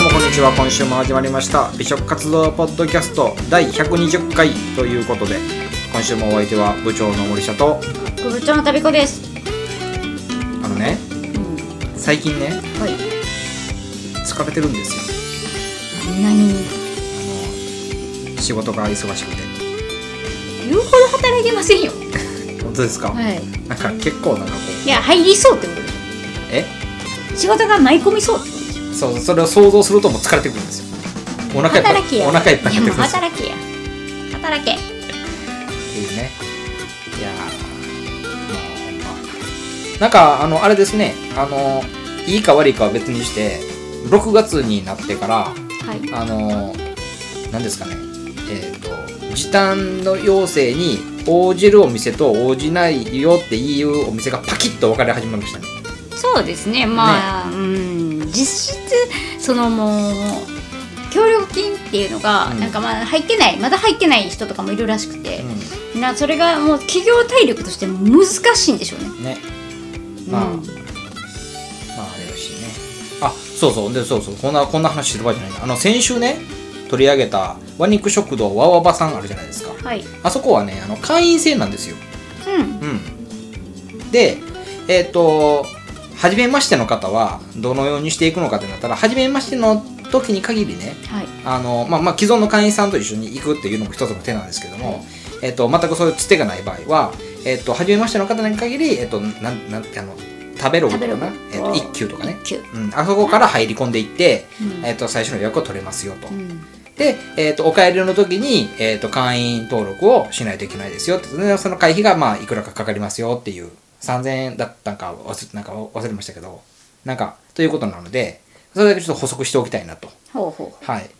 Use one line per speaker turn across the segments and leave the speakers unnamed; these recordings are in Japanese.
今週も始まりました美食活動ポッドキャスト第120回ということで今週もお相手は部長の森下と
副部長の旅子です。
あのね
うん、
最近ね
はい。
疲れてるんですよあ
何
の仕事が忙しくて
言うほど働いてませんよ。
本当ですか、
はい。
なんか結構なんかこ
いや入りそうってことでし
うえ
ょ。仕事が舞い込みそうってことでしょ。
そうそれを想像するともう疲れてくるんですよお腹いっぱい
働きや。
お腹いっぱいになっ
や
て
も
くるん
う
ですよ
働きや。働け。
っていうねいやーまあまあなんかあのあれですねあのいいか悪いかは別にして6月になってから
はい。
あの何ですかねえっ、と時短の要請に応じるお店と応じないよっていうお店がパキッと分かれ始めましたね
そうですね。まあ、うん実質そのもう。協力金っていうのが、
うん
なんかまあ入ってないまだ入ってない人とかもいるらしくて、
う
なそれがもう企業体力として難しいんでしょうね。
んね
うん
まあ、まああれだしねあそうそうでそうそうこんなこんな話してる場合じゃないなあの先週ね取り上げた和肉食堂わわばさんあるじゃないですか
はい。
あそこはねあの会員制なんですよ
うん。
うんでえっ、と初めましての方はどのようにしていくのかってなったら初めましての時に限りね
はい。
あのまあまあ既存の会員さんと一緒に行くっていうのも一つの手なんですけども、えっと全くそういうつてがない場合は、えっと初めましての方に限り、えっとなんなんてあの食べログとかな、
食
え
べ
っ
ログ
と一級とかね、
一級
うん、あそこから入り込んでいって、
うん
えっと最初の予約を取れますよと、
うん
で、えっとお帰りの時に、えっと会員登録をしないといけないですよってでその会費がまあいくらかかかりますよっていう3000円だったんか忘れなんか忘れましたけどなんかということなのでそれだけちょっと補足しておきたいなと、
ほうほう。
はい、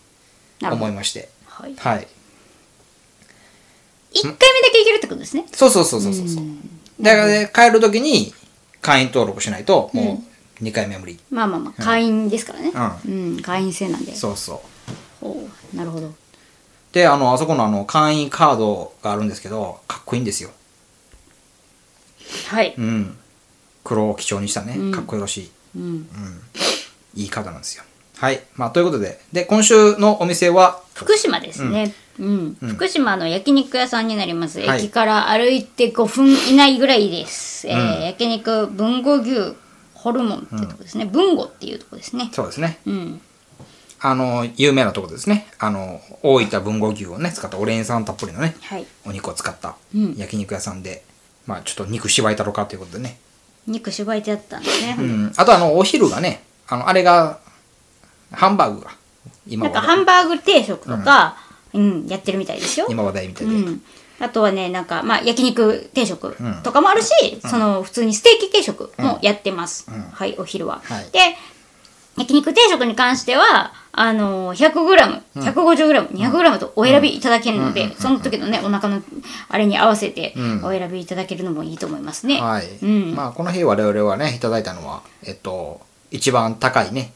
なるほ
思い
ど。
まして。
はい。
はい。
一回目だけいけるってことですね。
そうそうそうそうそうそう。だからね、帰るときに会員登録しないと、もう2回目は無理。
まあまあまあ、会員ですからね。
う
うん、会員制なんで。
そうそう。
ほうなるほど。
で、あの、あそこのあの、会員カードがあるんですけど、かっこいいんですよ。
はい。
うん。黒を基調にした
う
ね、
ん
かっこよろしい、
うん。
いいカードなんですよ。はい。まあ、ということで、で、今週のお店は、
福島ですね。うん。
ん
福島の焼肉屋さんになります。
はい
駅から歩いて5分以内ぐらいです。えー
うん
焼肉、文吾牛、ホルモンっていうとこですね。文吾っていうとこですね。
そうですね。
うん。
あの、有名なとこですね。あの、大分文豪牛をね、使ったオレン酸たっぷりのね、
はい。
お肉を使った
うん
焼肉屋さんで、まあ、ちょっと肉しばいたろかということでね、
肉しばいてあったんですね。
うん、あとあのお昼がねあのあれがハンバーグが今
なんか
話
ハ
題
ンバーグ定食とか、うん、やってるみたいですよ。
今話題みたいで、
うん、あとはねなんか、まあ、焼肉定食とかもあるし、その普通にステーキ定食もやってます、はいお昼は、
はい
で焼肉定食に関してはあの 100g150g200g とお選びいただけるので、その時のねお腹のあれに合わせて
うん
お選びいただけるのもいいと思いますね、
はい、
うん
まあこの日我々はねいただいたのはえっと一番高いね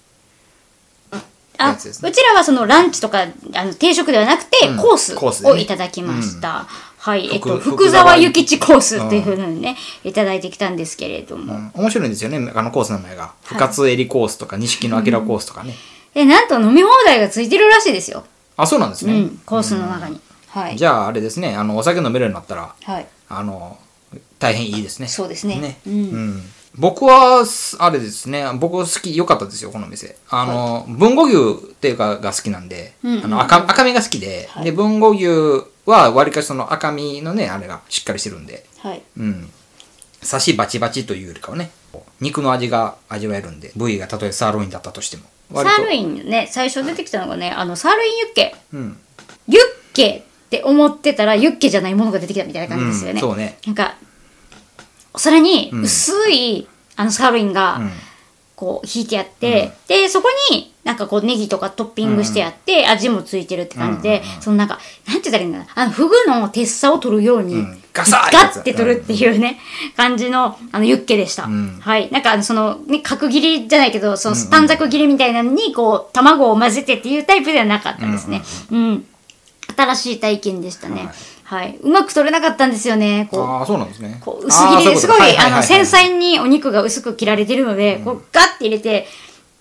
あ
やつですね
うちらはそのランチとかあの定食ではなくて、
うん
コース
コースでね
をいただきました、はい、えっと、
福福
福沢
沢諭
諭吉コースっていうのにね、いただいてきたんですけれども、
うん面白いんですよねあのコースの名前が深津絵里コースとか錦野明コースとかね、
えなんと飲み放題がついてるらしいですよ、
あそうなんです
う
ね、
ん、コースの中に、はい
じゃああれですねあのお酒飲めるようになったら
はい
あの大変いいですね
そうですね
ね、
う
うんん僕はすあれですね僕好き良かったですよこの店あの、文豪牛っていうかが好きなんで、
うんうんうん
あの赤赤身が好きで、
はい
で文豪牛はわりかしその赤身のねあれがしっかりしてるんで
はい
うん刺しバチバチというよりかはね肉の味が味わえるんで部位がたとえサーロインだったとしても
サ
割と
ーロインね最初出てきたのがねあのサーロインユッケ
うん
ユッケって思ってたらユッケじゃないものが出てきたみたいな感じですよね、
うんそうね
なんかお皿に
ん
薄い、あのサーロインが、
うん
こう引いてあって、でそこになんかこうネギとかトッピングしてあって、味もついてるって感じで、そのなんかなんて言ったらいいんだろうあのフグの鉄さを取るように、
うんガサッ
ガッて取るっていうね、感じのあのユッケでした、
ん
はいなんかあのその、ね、角切りじゃないけどその短冊切りみたいなのにこう卵を混ぜてっていうタイプではなかったですねうん、新しい体験でしたねはい、うまく取れなかったんですよねこう
ああそうなんですね
こう薄切り
あー
です
そ
ご
ううこと
い
はは
あ
はは
の繊細にお肉が薄く切られてるのでこうガッて入れて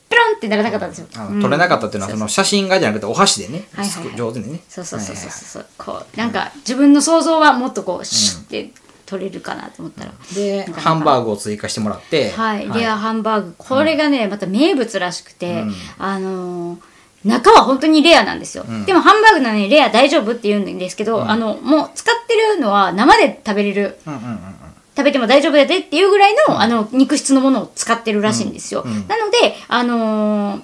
ペロンってならなかったんですよ。
あ
う
の
ん
撮れなかったっていうのは、その写真がじゃなくて、お箸でね
はいはいは、い
上手にね。
そうそうそうそ
は
う
いはい
そう、こうなんか自分の想像はもっとこうシュッて取れるかなと思ったら、
で、ハンバーグを追加してもらって、
はい、レアハンバーグこれがね、また名物らしくて、
うん
あのー中は本当にレアなんですよ、
ん
でもハンバーグなのにレア大丈夫って言うんですけど、あのもう使ってるのは生で食べれる
うんうんうんうん
食べても大丈夫だぜっていうぐらいの,、あの肉質のものを使ってるらしいんですよ。なので、あのー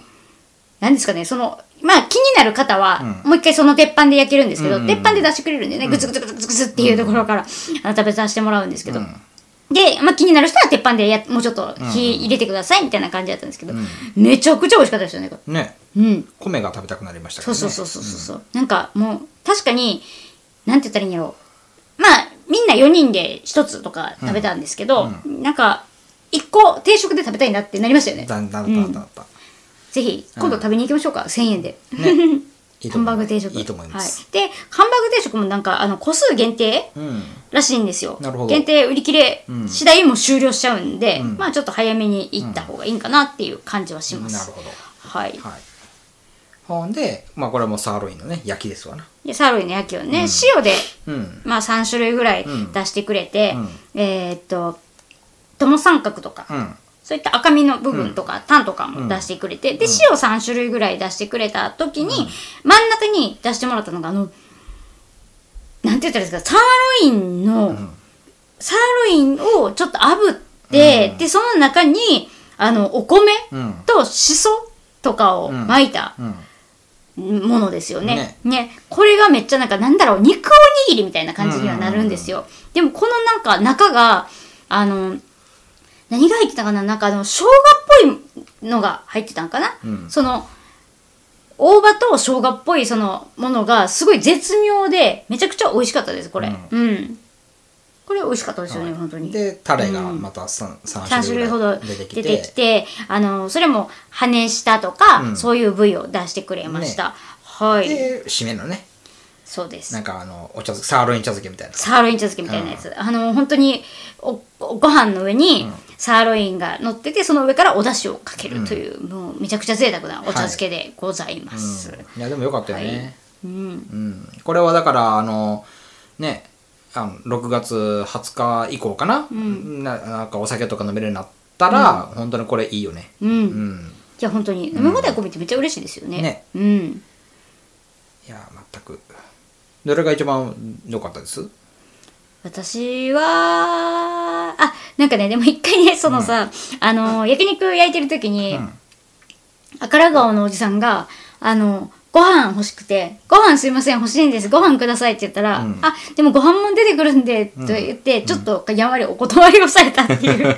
なんですかね、その、まあ気になる方は、もう一回その鉄板で焼けるんですけど、
うんうんうん
鉄板で出してくれるんでね、グツグツグツグツグツっていうところから、あの食べさせてもらうんですけど。で、まあ、気になる人は鉄板でやもうちょっと火入れてくださいみたいな感じだったんですけど、めちゃくちゃ美味しかったですよねこ
うん。ね、
れうん
米が食べたくなりましたけ
そ
ど
う
ね。
そうそうそうそう、うなんかもう確かになんて言ったらいいんやろうまあみんな4人で1つとか食べたんですけど、なんか1個定食で食べたいなってなりましたよね
だんだんだんだんだんだん。
ぜひ今度食べに行きましょうか、1000円で
ね。いいと
ハン
思います
バーグ定食
いいと思います。
はい、でハンバーグ定食もなんかあの個数限定、
うん。
らしいんですよ
なるほど
限定売り切れ次第もう終了しちゃうんで、まあちょっと早めに行った方がいいんかなっていう感じはします、
なるほど。
はい、
はい。ほんで、まあこれはもうサーロインのね、焼きですわな。
でサーロインの焼きをね、塩で
うん。
まあ、3種類ぐらい
ん
出してくれて、
ん
えーっと友三角とか、
うん。
そういった赤身の部分とか、タンとかも出してくれて、で塩3種類ぐらい出してくれた時に、真ん中に出してもらったのがあのなんて言ったらいいですかサーロインの、サーロインをちょっと炙って、でその中にあのお米
うん
としそとかを巻いた
うん。
ものですよね。ねこれがめっちゃなんかなんだろう肉おにぎりみたいな感じにはなるんですよ。でもこのなんか中があの何が入ってたかななんかあの生姜っぽいのが入ってたんかな、
うん
その大葉と生姜っぽいそのものがすごい絶妙でめちゃくちゃ美味しかったですこれ、うんこれ美味しかったですよね、本当に
で、タレがまた 3,
3
3
種
種
類
類
ほ
ほ
ど
ど
出
出て
てきて
きて、
あのそれも羽下とか、
うん
そういう部位を出してくれました、はい、
で、締めのね、
そうで
な
す
んかあの、お茶漬け、サーロイン茶漬けみたいな。
サーロイン茶漬けみたいなやつ、あの本当におおご飯の上にサーロインが乗っててその上からお出汁をかけるという、もうめちゃくちゃ贅沢なお茶漬けでございます、
いや、でもよかったよね。
うん、
うん、これはだからあのねあの6月20日以降かな,、ななんかお酒とか飲めるようになったら、本当にこれいいよね
うん
う
い
ん
や本当に飲み放題込みってめっちゃ嬉しいですよね
ね
うん
いや全くどれが一番良かったです
私はあなんかねでも一回ねそのさ、あの焼肉焼いてる時に、
ん
赤ら顔のおじさんがあのご飯欲しくて「ご飯すいません欲しいんですご飯ください」って言ったら「
ん
あでもご飯も出てくるんで」と言って、ちょっとやんわりお断りをされたっていう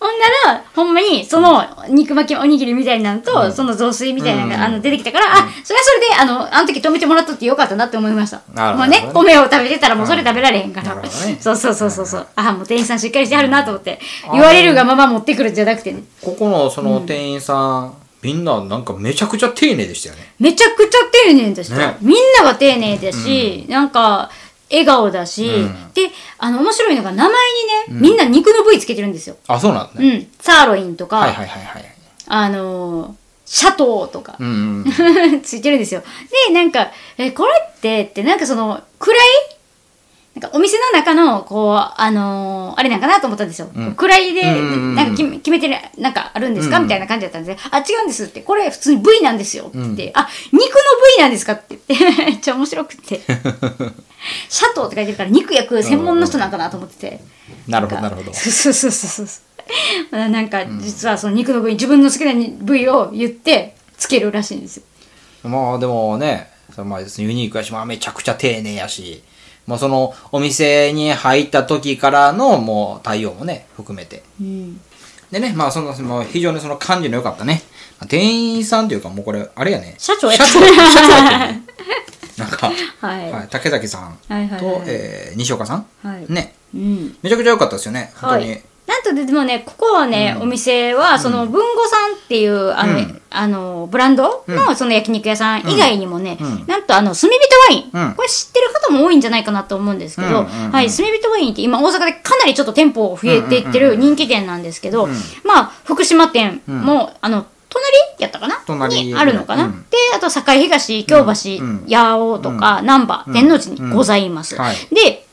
ほんなら ほんまにその肉巻きおにぎりみたいなのと、その雑炊みたいなのが、あの出てきたから、あそれはそれであのあの時止めてもらっとってよかったなって思いました
なるほ
も
ど
う
ね
ね米を食べてたらもうそれ食べられへんから、
なるほどね
そうそうそうそうそうあもう店員さんしっかりしてはるなと思って言われるがまま持ってくるんじゃなくてね
ここのその店員さん、みんななんかめちゃくちゃ丁寧でしたよね
めちゃくちゃ丁寧でした、
ね
みんなが丁寧だし、なんか笑顔だし、
うん
であの面白いのが名前にね、みんな肉の部位つけてるんですよ、
あそうなんだ
う
ね、
ん、サーロインとか、
はいはいはいはい
あのーシャトーとか
う、ん、うん、
ついてるんですよ。で、なんか、え、これって、って、なんかその、暗いなんかお店の中の、こう、あのーあれなんかなと思ったんですよ。
うん
暗いで、
うんうんうん
なんか決め決めてる、なんかあるんですか、
うんうん
みたいな感じだったんで、あ、違うんですって、これ普通に部位なんですよって言って、あ、肉の部位なんですかって 言って、めっちゃ面白く て。シャトーって書いてるから、肉焼く専門の人なんかなと思ってて。
なるほどなるほど
そうそうそうそう。なんか、実はその肉の部位、自分の好きな部位を言って、つけるらしいんですよ。
まあでもね、そのまあユニークやし、まあめちゃくちゃ丁寧やし、まあそのお店に入った時からのもう対応もね、含めて。
うん
でね、まあその、まあ非常にその感じの良かったね。まあ店員さんというかもうこれ、あれやね。
社長や
社
っ
長社長やってるねなんか、
はい。
はい、竹崎さんと、
はいはいはい
えー西岡さん、
はい
ね、
うん。
めちゃくちゃ良かったですよね、本当に。
はい。なんととででもねここはね、お店はその文吾さんっていうあの、
うん
あのブランドのその焼肉屋さん以外にもね、
うん
なんとあの炭火ワイン、
うん
これ知ってる方も多いんじゃないかなと思うんですけど、
うんうんうん
はい、炭火ワインって今大阪でかなりちょっと店舗増えていってる人気店なんですけど、まあ福島店も、あの隣やったかな
隣
にあるのかな、
うん
であと堺東京橋、
うんうん
八尾とか、難波天王寺にございます、
はい
で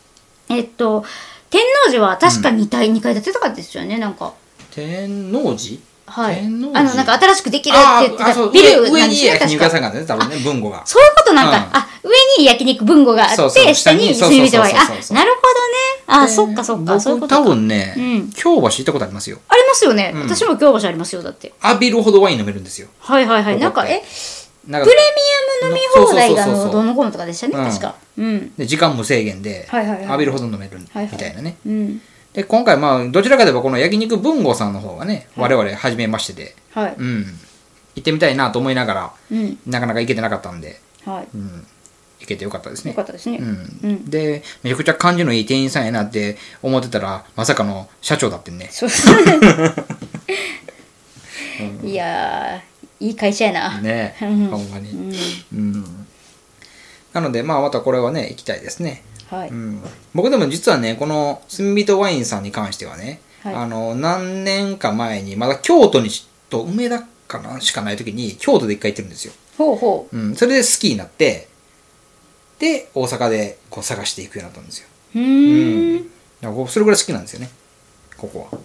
えっと天王寺は確か2階、二階建てとかですよねなんか
天王寺
はい
天王寺
あのなんか新しくできる
あ
って
ー
言って
あそ
た
う
ビ
上
ルな
上
んで
に
すよ
焼
ね確
肉屋さ
か
んがあるんだね多分ね文吾が
そういうことなんか、
うん
あ上に焼肉文吾があって
そうそう
下に
下
炭
に
火でワイン
そう
あ
そうそうそう
なるほどねあそっかそっか
僕
そういうことか
多分ね、
うん
京橋行ったことありますよ
ありますよね、
うん
私も京橋ありますよだって
浴びるほどワイン飲めるんですよ
はいはいはい
ここ
なんか
って
え
なん
プ
か
レミアム飲み放題があ
そうそうそうそ
の
う
どのコムとかでしたね、
うん
確かうん
で時間無制限で、
はいはいはい
浴びるほど飲めるみ
は
た
い
い
はい
なね、
うん
で今回まあどちらかといえばこの焼肉文豪さんの方がね、我々初めましてで
はい
うん行ってみたいなと思いながら
うん
なかなか行けてなかったんで、
はい、
うん、行けてよかったですね
よかったですね
う
うん
ん、でめちゃくちゃ感じのいい店員さんやなって思ってたらまさかの社長だってんね
そう いやーいい会社やな、
ね
う
ほ
ん
んま
う
に、
ん、
うん、なのでまあまたこれはね行きたいですね
はい、
うん、僕でも実はねこの炭人ワインさんに関してはね、
はい
あの何年か前にまだ京都にしと梅田かなしかない時に京都で一回行ってるんですよ、
ほうほ
うん、それで好きになってで大阪でこう探していくようになったんですよ
ううーん
だからこうそれぐらい好きなんですよねここは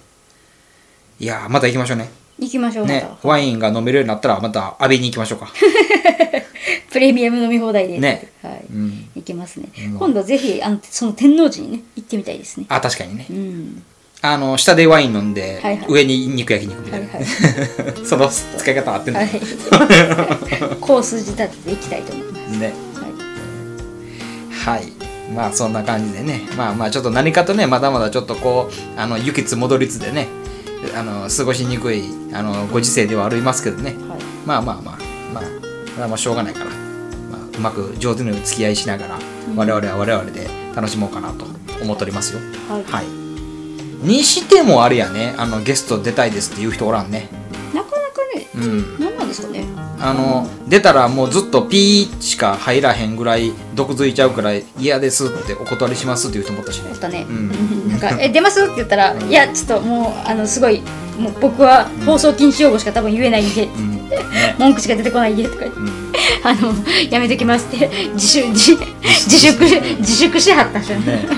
いやーまた行きましょうね
行きましょうまた、
ねワインが飲めるようになったらまた浴びに行きましょうか
プレミアム飲み放題です
ね
はい、
うん
行けますね、
うん
今度ぜひあのその天王寺にね行ってみたいですね
あ確かにね
うん
あの下でワイン飲んで、
はいはい
上に肉焼き肉み
は
たい
い
な、
は い、
その使い方合ってんの
は
か
い
な、、
コース仕立てていきたいと思います、
ね
はい
はいまあそんな感じでねまあまあちょっと何かとねまだまだちょっとこうあの雪積もどりつでねあの過ごしにくいあのご時世ではありますけどね
はい
まあまあまあまあこれはまあしょうがないから、まあ、うまく上手に付き合いしながら我々は我々で楽しもうかなと思っておりますよ
はい
はいにしてもあれやねあのゲスト出たいですっていう人おらんね
なかなかね、
うん
何なんですかね。
あの出たらもうずっとピーしか入らへんぐらい毒づいちゃうくらい嫌ですってお断りしますって言う人もおったしね
だったね。
う
なんかえ出ますって言ったら、いやちょっともうあのすごいもう僕は放送禁止用語しか多分言えないんで、
うんね
文句しか出てこないんでとか言って
う。ん
あのやめときますって自粛自自粛自粛しはったんですよね
ね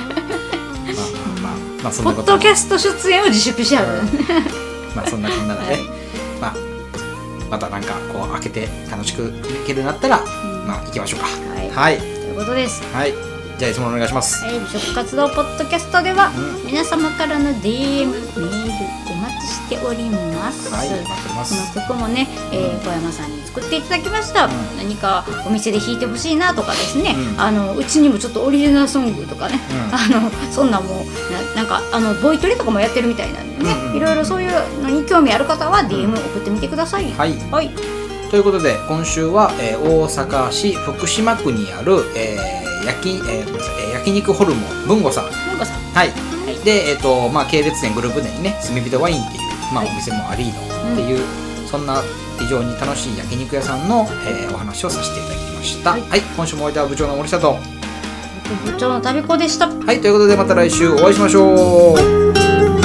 まあまあまあまあそん
ポ
なこ
ッ
と
ド
も
キャスト出演を自粛しはる
まあそんなこんなので、
はい
まあまたなんかこう開けて楽しくいけるようになったら、
ん
まあ行きましょうか
はい
はい、
ということです。
はいじゃあいつものお願いします、
はい、食活動ポッドキャストでは、
う
皆様からの DM メールお待ちしております。
はい待ってます
この曲もね、えー小山さんに作っていただきました、
ん
何かお店で弾いてほしいなとかですね、
うん
あのうちにもちょっとオリジナルソングとかね、あのそんなんもうななんかあのボイトレとかもやってるみたいなんでね、
うんうん
いろいろそういうのに興味ある方は DM 送ってみてください、
はい
はい
ということで今週は、えー大阪市福島区にある、えー焼きえーごめんなさいえー焼肉ホルモン文吾さん
なんかさん
はい、
はい
で、えっとまあ、系列店グループ店にね炭火でワインっていう、まあ、
はい
お店もアリーノっていう、そんな非常に楽しい焼肉屋さんの、えーお話をさせていただきました
は
はいい、今週もお相手は部長の森下と
部長の旅子でした
はいということでまた来週お会いしましょう